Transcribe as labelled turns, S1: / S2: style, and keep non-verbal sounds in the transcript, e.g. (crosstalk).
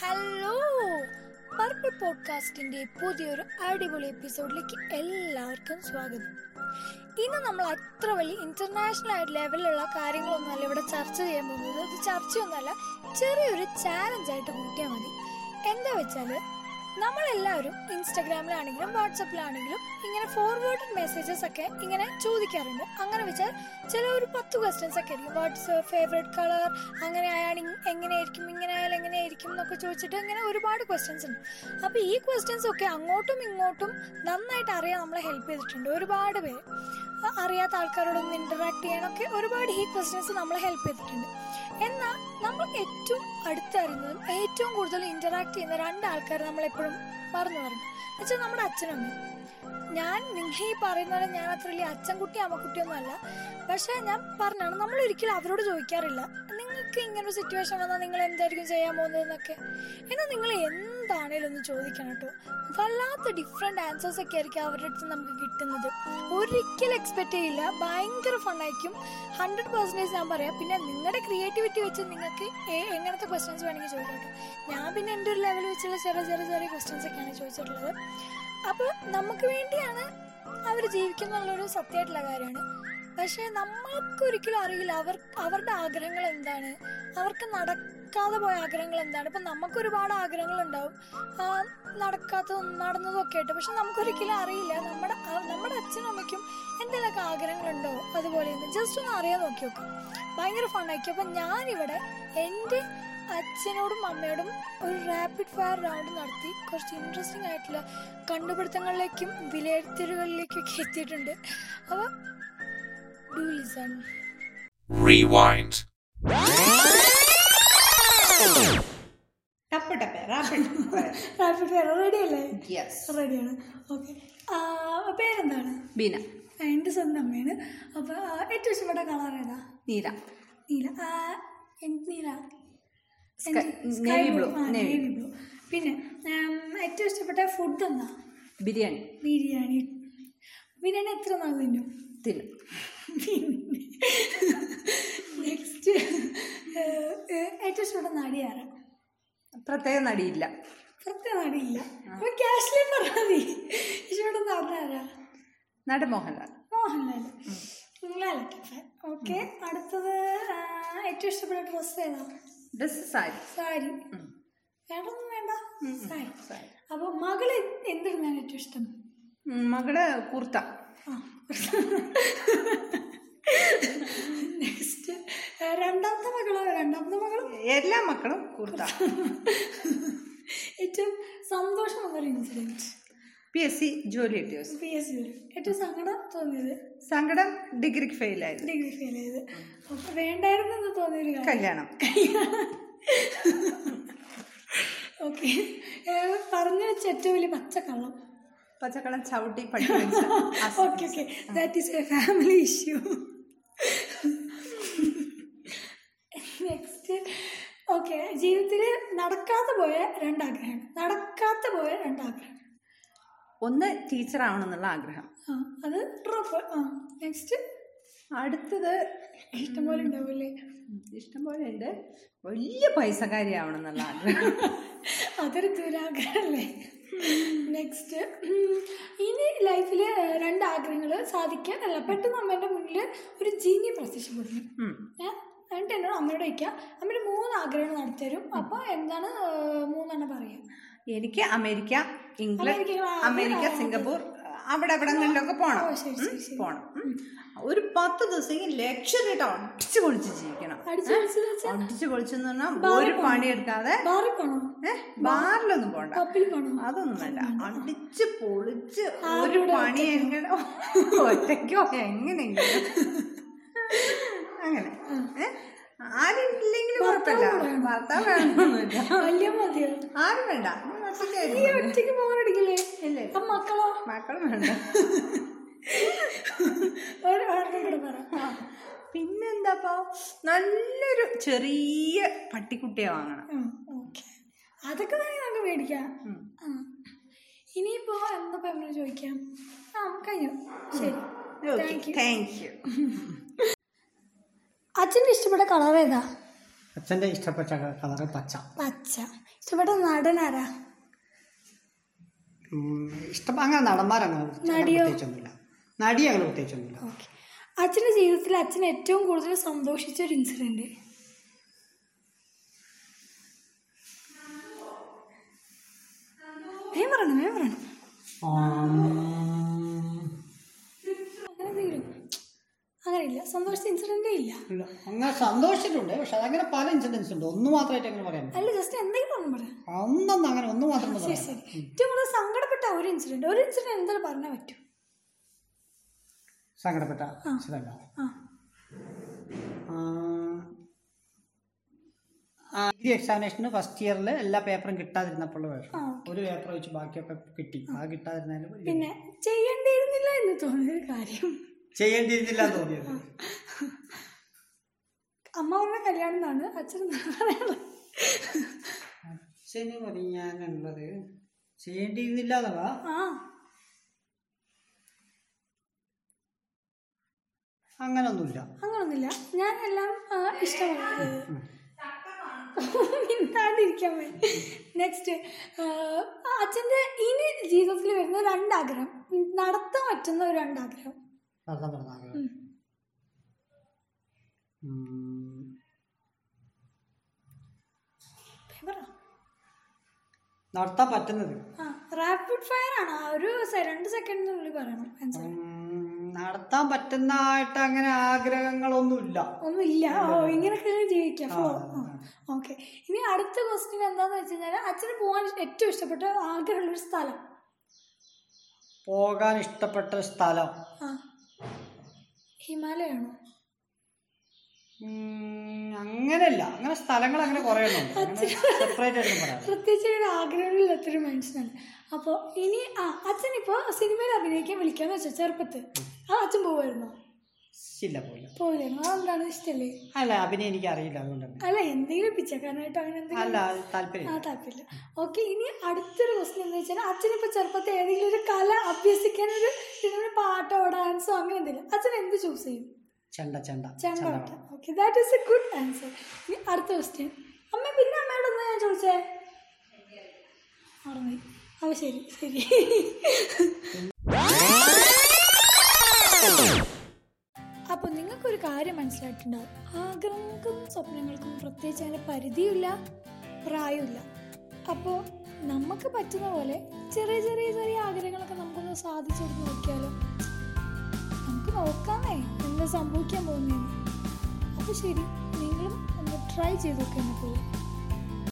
S1: Hello purple പോഡ്കാസ്റ്റിന്റെ പുതിയൊരു അടിപൊളി എപ്പിസോഡിലേക്ക് എല്ലാവർക്കും സ്വാഗതം ഇന്ന് നമ്മൾ അത്ര വലിയ ഇന്റർനാഷണൽ ആയിട്ട് ലെവലിലുള്ള കാര്യങ്ങളൊന്നുമല്ല ഇവിടെ ചർച്ച ചെയ്യാൻ പോകുന്നത് ഇത് ചർച്ചയൊന്നുമല്ല ചെറിയൊരു ചാലഞ്ച് ആയിട്ട് കൂട്ടിയാൽ മതി എന്താ വെച്ചാൽ നമ്മളെല്ലാവരും ഇൻസ്റ്റാഗ്രാമിലാണെങ്കിലും വാട്സപ്പിലാണെങ്കിലും ഇങ്ങനെ ഫോർവേഡ് മെസ്സേജസ് ഒക്കെ ഇങ്ങനെ ചോദിക്കാറുണ്ട് അങ്ങനെ വെച്ചാൽ ചില ഒരു പത്ത് ക്വസ്റ്റ്യൻസ് ഒക്കെ ആയിരിക്കും വാട്സ് ഫേവറേറ്റ് കളർ അങ്ങനെ ആയാൽ ഇങ്- എങ്ങനെയായിരിക്കും ഇങ്ങനെ ആയാൽ എങ്ങനെയായിരിക്കും എന്നൊക്കെ ചോദിച്ചിട്ട് ഇങ്ങനെ ഒരുപാട് ക്വസ്റ്റ്യൻസ് ഉണ്ട് അപ്പോൾ ഈ ക്വസ്റ്റ്യൻസ് ഒക്കെ അങ്ങോട്ടും ഇങ്ങോട്ടും നന്നായിട്ട് അറിയാൻ നമ്മളെ ഹെൽപ്പ് ചെയ്തിട്ടുണ്ട് ഒരുപാട് പേര് അ- അറിയാത്ത ആൾക്കാരോടൊന്ന് ഇന്ററാക്ട് ചെയ്യാനൊക്കെ ഒരുപാട് ഈ ക്വസ്റ്റ്യൻസ് നമ്മളെ ഹെൽപ്പ് ചെയ്തിട്ടുണ്ട് എന്നാൽ നമ്മൾ ഏറ്റവും അടുത്തറിയുന്നതും ഏറ്റവും കൂടുതൽ ഇന്ററാക്ട് ചെയ്യുന്ന രണ്ട് ആൾക്കാർ നമ്മളെപ്പോഴും മറന്നു പറയും എന്നുവെച്ചാൽ നമ്മുടെ അച്ഛനും അമ്മയും ഞാൻ നിങ്ങൾ ഈ പറയുന്ന പോലെ ഞാൻ അത്ര വലിയ അച്ഛൻകുട്ടി അമ്മക്കുട്ടിയൊന്നും അല്ല പക്ഷെ ഞാൻ പറഞ്ഞാണ് നമ്മൾ ഒരിക്കലും അവരോട് ചോദിക്കാറില്ല നിങ്ങൾക്ക് ഇങ്ങനൊരു സിറ്റുവേഷൻ വന്നാൽ നിങ്ങൾ എന്തായിരിക്കും ചെയ്യാൻ പോകുന്നതെന്നൊക്കെ എന്നാൽ നിങ്ങൾ എന്താണേലും ഒന്ന് ചോദിക്കണം കേട്ടോ വല്ലാത്ത ഡിഫറെൻറ്റ് ആൻസേഴ്സ് ഒക്കെ ആയിരിക്കും അവരുടെ അടുത്ത് നമുക്ക് കിട്ടുന്നത് ഒരിക്കലും എക്സ്പെക്ട് ചെയ്യില്ല ഭയങ്കര ഫണ്ണായിരിക്കും ഹൺഡ്രഡ് പെർസെൻറ്റേജ് ഞാൻ പറയാം പിന്നെ നിങ്ങളുടെ ക്രിയേറ്റിവിറ്റി വെച്ച് നിങ്ങൾക്ക് ഏ- എങ്ങനത്തെ ക്വസ്റ്റ്യൻസ് വേണമെങ്കിൽ ചോദിക്കാം കേട്ടോ ഞാൻ പിന്നെ എൻ്റെ ഒരു ലെവൽ വെച്ചുള്ള ചെറിയ ചെറിയ ചെറിയ ക്വസ്റ്റ്യൻസ് ഒക്കെയാണ് ചോദിച്ചിട്ടുള്ളത് അപ്പോൾ നമുക്ക് വേണ്ടിയാണ് അവർ ജീവിക്കുന്നുള്ളൊരു സത്യമായിട്ടുള്ള കാര്യമാണ് പക്ഷേ നമ്മൾക്ക് ഒരിക്കലും അറിയില്ല അവർ അവരുടെ ആഗ്രഹങ്ങൾ എന്താണ് അവർക്ക് നടക്കാതെ പോയ ആഗ്രഹങ്ങൾ എന്താണ് ഇപ്പം നമുക്ക് ഒരുപാട് ആഗ്രഹങ്ങൾ ഉണ്ടാവും ആ, നടക്കാത്തതും നടന്നതും ഒക്കെ ആയിട്ട് പക്ഷെ നമുക്കൊരിക്കലും അറിയില്ല നമ്മുടെ ആ- നമ്മുടെ അച്ഛനും അമ്മയ്ക്കും എന്തെങ്കിലുമൊക്കെ ആഗ്രഹങ്ങളുണ്ടോ അതുപോലെ ജസ്റ്റ് ഒന്ന് അറിയാൻ നോക്കി നോക്കാം ഭയങ്കര ഫണ്ണായിരിക്കും അപ്പം ഞാനിവിടെ എൻ്റെ അച്ഛനോടും അമ്മയോടും ഒരു റാപ്പിഡ് ഫയർ റൗണ്ട് നടത്തി കുറച്ച് ഇൻട്രസ്റ്റിംഗ് ആയിട്ടുള്ള കണ്ടുപിടുത്തങ്ങളിലേക്കും വിലയിരുത്തലുകളിലേക്കും ഒക്കെ എത്തിയിട്ടുണ്ട് അപ്പോൾ ഡു ലിസൺ
S2: Rewind.
S3: ടപ്പ് ടപ്പ് റാപ്പിഡ്
S1: റാപ്പിഡ് ഫയർ റെഡി അല്ലേ
S3: യെസ്
S1: റെഡിയാണ് ഓക്കെ പേരെന്താണ്
S3: ബീന
S1: ആ, എൻ്റെ സ്വന്തം അമ്മയാണ് അപ്പോൾ ഏറ്റവും ഇഷ്ടപ്പെട്ട കളർ ഏതാ
S3: നീല
S1: നീല ആ, എന്ത് നീല
S3: Sky-
S1: എന്ത്?
S3: navy
S1: Sky blue.
S3: blue,
S1: ആ,
S3: navy.
S1: navy blue. പിന്നെ ഉം, ഏറ്റവും ഇഷ്ടപ്പെട്ട ഫുഡ് എന്താ
S3: ബിരിയാണി
S1: ബിരിയാണി ബിരിയാണി എത്ര നാൾ തിന്നും
S3: തിന്നു
S1: പിന്നെ നെക്സ്റ്റ് ഏറ്റവും ഇഷ്ടപ്പെട്ട നടിയാറ്
S3: പ്രത്യേക നടിയില്ല
S1: പ്രത്യേക നടിയില്ല അപ്പോൾ ക്യാഷിലേ പറഞ്ഞാൽ മതി ഇഷ്ടപ്പെട്ട നടനാരാ
S3: നട മോഹൻലാൽ
S1: മോഹൻലാൽ മോഹൻലാൽ ഓക്കെ അടുത്തത് ആ, ഏറ്റവും ഇഷ്ടപ്പെട്ട ഡ്രസ്സ് ഏതാ
S3: ഡ്രസ് സാരി
S1: സാരി
S3: ഉം.
S1: വേറൊന്നും വേണ്ട സാരി
S3: സാരി
S1: അപ്പൊ മകള് എന്തിരുന്നാണ് ഏറ്റവും ഇഷ്ടം
S3: ഉം, മകള് കുർത്ത
S1: ആ നെക്സ്റ്റ് രണ്ടാമത്തെ മകളോ രണ്ടാമത്തെ മകൾ
S3: എല്ലാ മക്കളും കുർത്ത
S1: ഏറ്റവും സന്തോഷം വന്നൊരു ഇൻസിഡൻറ്റ്
S3: പി എസ് സി ജോലി കിട്ടിയ ദിവസം
S1: പി എസ് സി ഏറ്റവും സങ്കടം തോന്നിയത്
S3: സങ്കടം ഡിഗ്രിക്ക് ഫെയിലായത്
S1: ഡിഗ്രി ഫെയിൽ ചെയ്ത് അപ്പൊ വേണ്ടായിരുന്നു എന്ന് തോന്നിയൊരു കാര്യം
S3: കല്യാണം
S1: ഓക്കെ പറഞ്ഞു വെച്ച ഏറ്റവും വലിയ പച്ചക്കള്ളം
S3: പച്ചക്കളം ചവിട്ടി പഠിച്ചു
S1: okay okay that is a family issue next okay ജീവിതത്തിൽ നടക്കാതെ പോയ രണ്ടാഗ്രഹം നടക്കാത്ത പോയ രണ്ടാഗ്രഹം
S3: ഒന്ന് ടീച്ചർ ആവണമെന്നുള്ള ആഗ്രഹം
S1: ആ അത് ഡ്രോപ്പ് ആ നെക്സ്റ്റ്
S3: അടുത്തത്
S1: ഇഷ്ടംപോലെ ഉണ്ടാവില്ലേ
S3: ഇഷ്ടംപോലെ ഉണ്ട് വലിയ പൈസക്കാരിയാവണം എന്നുള്ള ആഗ്രഹം
S1: അതൊരു ദുരാഗ്രഹമല്ലേ നെക്സ്റ്റ് ഇനി ലൈഫിൽ രണ്ട് ആഗ്രഹങ്ങൾ സാധിക്കാൻ അല്ല പെട്ടെന്ന് അമ്മേൻ്റെ മുന്നിൽ ഒരു ജീനി പ്രത്യക്ഷപ്പെടുന്നു
S3: ഉം.
S1: ഏ? എന്നിട്ട് എന്നോട് അമ്മയോട് ചോദിക്കുക അമ്മയുടെ മൂന്ന് ആഗ്രഹങ്ങൾ നടത്തിത്തരും അപ്പോൾ എന്താണ് ആ, മൂന്നെണ്ണം പറയാം
S3: എനിക്ക് അമേരിക്ക ഇംഗ്ലണ്ട്
S1: അമേരിക്ക, ആ,
S3: അമേരിക്ക
S1: ആ,
S3: സിംഗപ്പൂർ അവിടെ എവിടെങ്ങളിലൊക്കെ പോണം
S1: ഓ, ശരി, ശരി,
S3: ഉം,
S1: ശരി.
S3: പോണം ഉം. ഒരു പത്ത് ദിവസം ലക്ഷ്യം ഇട്ട് അടിച്ചു പൊളിച്ച് ജീവിക്കണം
S1: അടിച്ചു വിളിച്ചു
S3: അടിച്ചു പൊളിച്ചെന്ന് പറഞ്ഞാൽ
S1: ബാറിൽ
S3: ഒരു
S1: പോണം.
S3: പണിയെടുക്കാതെ
S1: ബാറിൽ പോണോ
S3: ഏഹ് ബാറിലൊന്നും പോണ്ട
S1: പപ്പിൽ പോണോ
S3: അതൊന്നും വേണ്ട അടിച്ച് പൊളിച്ച്
S1: ആ,
S3: ഒരു
S1: ഇവിടെ
S3: പണി എങ്ങനെ (laughs) ഒറ്റയ്ക്കോ എങ്ങനെയെങ്കിലും അങ്ങനെ ഏ? ആരില്ലെങ്കിലും കുഴപ്പമില്ല ഭർത്താവ് വേണമെന്നൊന്നുമില്ല
S1: വലിയ മതിയോ
S3: ആരും വേണ്ട ഞാൻ
S1: ഈ
S3: ഒറ്റയ്ക്കായിരുന്നു.
S1: ഒറ്റയ്ക്ക് പോകാനടിക്കില്ലേ
S3: ഇല്ലേ.
S1: അപ്പം മക്കളോ
S3: മക്കളും വേണ്ട
S1: ഒരാളുടെ കൂടെ പറ
S3: പിന്നെന്താപ്പാ നല്ലൊരു ചെറിയ പട്ടിക്കുട്ടിയെ വാങ്ങണം
S1: ആ, ഓക്കേ. അതൊക്കെ തന്നെ നമുക്ക് മേടിക്കാം
S3: ഉം.
S1: ആ. ഇനിയിപ്പോ എന്താ എന്നോട് ചോദിക്കാം ആ കഴിഞ്ഞു ശരി താങ്ക് യു
S3: താങ്ക് യു
S1: അച്ഛൻ്റെ ഇഷ്ടപ്പെട്ട കളർ ഏതാ
S4: അച്ഛൻ്റെ ഇഷ്ടപ്പെട്ട കളറ് പച്ച
S1: പച്ച ഇവിടെ നടനാരാ
S4: ഉം, ഇഷ്ടം അങ്ങനെ നടന്മാരങ്ങനെ
S1: നടിയോ?
S4: പ്രത്യേകിച്ചൊന്നുമില്ല നടി അങ്ങനെ പ്രത്യേകിച്ചൊന്നുമില്ല
S1: ഓക്കെ അച്ഛൻ്റെ ജീവിതത്തിൽ അച്ഛൻ ഏറ്റവും കൂടുതൽ സന്തോഷിച്ച ഒരു ഇൻസിഡൻറ്റ് വേഗം പറയണം വേഗം പറയണം
S4: ആം,
S1: അങ്ങനെ എന്തെങ്കിലും അങ്ങനെ ഇല്ല സന്തോഷിച്ച ഇൻസിഡൻറ്റേ ഇല്ല
S4: ഇല്ല. അങ്ങനെ സന്തോഷിച്ചിട്ടുണ്ട് പക്ഷെ അതങ്ങനെ പല ഇൻസിഡൻസ് ഉണ്ട് ഒന്ന് മാത്രമായിട്ട് അങ്ങനെ പറയാൻ പറ്റില്ല.
S1: അല്ല ജസ്റ്റ് എന്തെങ്കിലും ഒന്നും പറ
S4: ഒന്നൊന്നും അങ്ങനെ ഒന്ന് മാത്രം ഒന്ന്
S1: ശരി
S4: പറയാം
S1: ശരി ഏറ്റവും കൂടുതൽ സങ്കടപ്പെട്ട ഒരു ഇൻസിഡൻറ്റ് ഒരു ഇൻസിഡൻറ്റ് എന്തായാലും പറഞ്ഞാൽ പറ്റും
S4: സങ്കടപ്പെട്ട ഇൻസിഡൻ്റ്
S1: ആ
S4: ഡിഗ്രി എക്സാമിനേഷന് ഫസ്റ്റ് ഇയറിൽ എല്ലാ പേപ്പറും കിട്ടാതിരുന്നപ്പോൾ
S1: ആ,
S4: വിഷമം ഒരു പേപ്പർ വെച്ച് ബാക്കിയൊക്കെ കിട്ടി ആ കിട്ടാതിരുന്നാലും വലിയ
S1: പിന്നെ ചെയ്യേണ്ടിയിരുന്നില്ല എന്ന് തോന്നിയൊരു കാര്യം
S4: ചെയ്യേണ്ടിയിരുന്നില്ല എന്ന് തോന്നിയത്
S1: അമ്മ പറഞ്ഞ കല്യാണം എന്നാണ് അച്ഛൻ എന്താണ് പറയാനുള്ളത്
S4: അച്ഛന് പറയാനുള്ളത് ചെയ്യേണ്ടിയിരുന്നില്ല എന്നുള്ള
S1: ആ
S4: അങ്ങനൊന്നുമില്ല
S1: അങ്ങനൊന്നുമില്ല ഞാൻ എല്ലാം ആ, ഇഷ്ടമാണ് മിണ്ടാണ്ടിരിക്കാൻ നെക്സ്റ്റ് അച്ഛൻ്റെ ഇനി ജീവിതത്തിൽ വരുന്ന രണ്ടാഗ്രഹം ഉം, നടത്താൻ പറ്റുന്ന ഒരു രണ്ടാഗ്രഹം
S4: നടത്താൻ പറ്റുന്ന ആഗ്രഹം
S1: ഉം.
S4: ഉം.
S1: പറ
S4: നടത്താൻ പറ്റുന്നത്
S1: ആ റാപ്പിഡ് ഫയർ ആണ് ആ ഒരു സെ- രണ്ട് സെക്കൻഡിനുള്ളിൽ പറയണം ആൻസർ
S4: ഉം, നടത്താൻ പറ്റുന്നതായിട്ട് അങ്ങനെ ആഗ്രഹങ്ങളൊന്നുമില്ല
S1: ഒന്നുമില്ല ഓ ഇങ്ങനെയൊക്കെ ജീവിക്കാം
S4: ആ,
S1: ഫ്ലോ
S4: ആ, ആ.
S1: ഓക്കെ ഇനി അടുത്ത ക്വസ്റ്റ്യൻ എന്താന്ന് വെച്ച് കഴിഞ്ഞാൽ അച്ഛന് പോകാൻ ഏറ്റവും ഇഷ്ടപ്പെട്ട ആഗ്രഹമുള്ളൊരു സ്ഥലം
S4: പോകാൻ ഇഷ്ടപ്പെട്ട സ്ഥലം
S1: ആ ഹിമാലയാണോ
S4: ഉം, അങ്ങനെയല്ല അങ്ങനെ സ്ഥലങ്ങൾ അങ്ങനെ കുറേ സെപ്പറേറ്റ് ആയിട്ട് പറയാം
S1: പ്രത്യേകിച്ച് ഒരു ആഗ്രഹമില്ലാത്തൊരു മനുഷ്യനാണ് അപ്പോൾ ഇനി ആ അച്ഛനിപ്പോൾ സിനിമയിൽ അഭിനയിക്കാൻ വിളിക്കാന്ന് വെച്ചാൽ ചെറുപ്പത്ത് ആ അച്ഛൻ പോകുമായിരുന്നോ
S4: ഇല്ല പോയില്ല
S1: പോയില്ലായിരുന്നു അതെന്താണ് ഇഷ്ടമല്ലേ
S4: അല്ല അഭിനയം എനിക്ക് അറിയില്ല അതുകൊണ്ട് തന്നെ
S1: അല്ല എന്തെങ്കിലും പിച്ചക്കാരനായിട്ടോ അങ്ങനെ എന്തെങ്കിലും
S4: അല്ല അത് താല്പര്യം
S1: ആ താല്പര്യമില്ല ഓക്കെ ഇനി അടുത്തൊരു ക്വസ്റ്റ്യൻ എന്ന് വെച്ചാൽ അച്ഛനിപ്പോൾ ചെറുപ്പത്തിൽ ഏതെങ്കിലും ഒരു കല അഭ്യസിക്കാൻ ഒരു പിന്നെ പാട്ടോ ഡാൻസോ അങ്ങനെ എന്തെങ്കിലും അച്ഛൻ എന്ത് ചൂസ് ചെയ്യും
S4: ചെണ്ട ചെണ്ട
S1: ചെണ്ട പാട്ടം okay that is a good answer ഇനി അടുത്ത ക്വസ്റ്റ്യൻ അമ്മ പിന്നെ അമ്മയോട് ഒന്ന് ഞാൻ ചോദിച്ചേ മറന്നു അവ ശരി ശരി അപ്പോൾ നിങ്ങൾക്കൊരു കാര്യം മനസ്സിലായിട്ടുണ്ടാവും ആഗ്രഹങ്ങൾക്കും സ്വപ്നങ്ങൾക്കും പ്രത്യേകിച്ച് അങ്ങനെ പരിധിയില്ല പ്രായമില്ല അപ്പോൾ നമുക്ക് പറ്റുന്ന പോലെ ചെറിയ ചെറിയ ചെറിയ ആഗ്രഹങ്ങളൊക്കെ നമുക്കൊന്ന് സാധിച്ചെടുത്ത് നോക്കിയാലോ നമുക്ക് നോക്കാമേ എന്താ സംഭവിക്കാൻ പോകുന്നതെന്ന് അപ്പോൾ ശരി നിങ്ങളും ഒന്ന് ട്രൈ ചെയ്ത് നോക്കാൻ പോലെ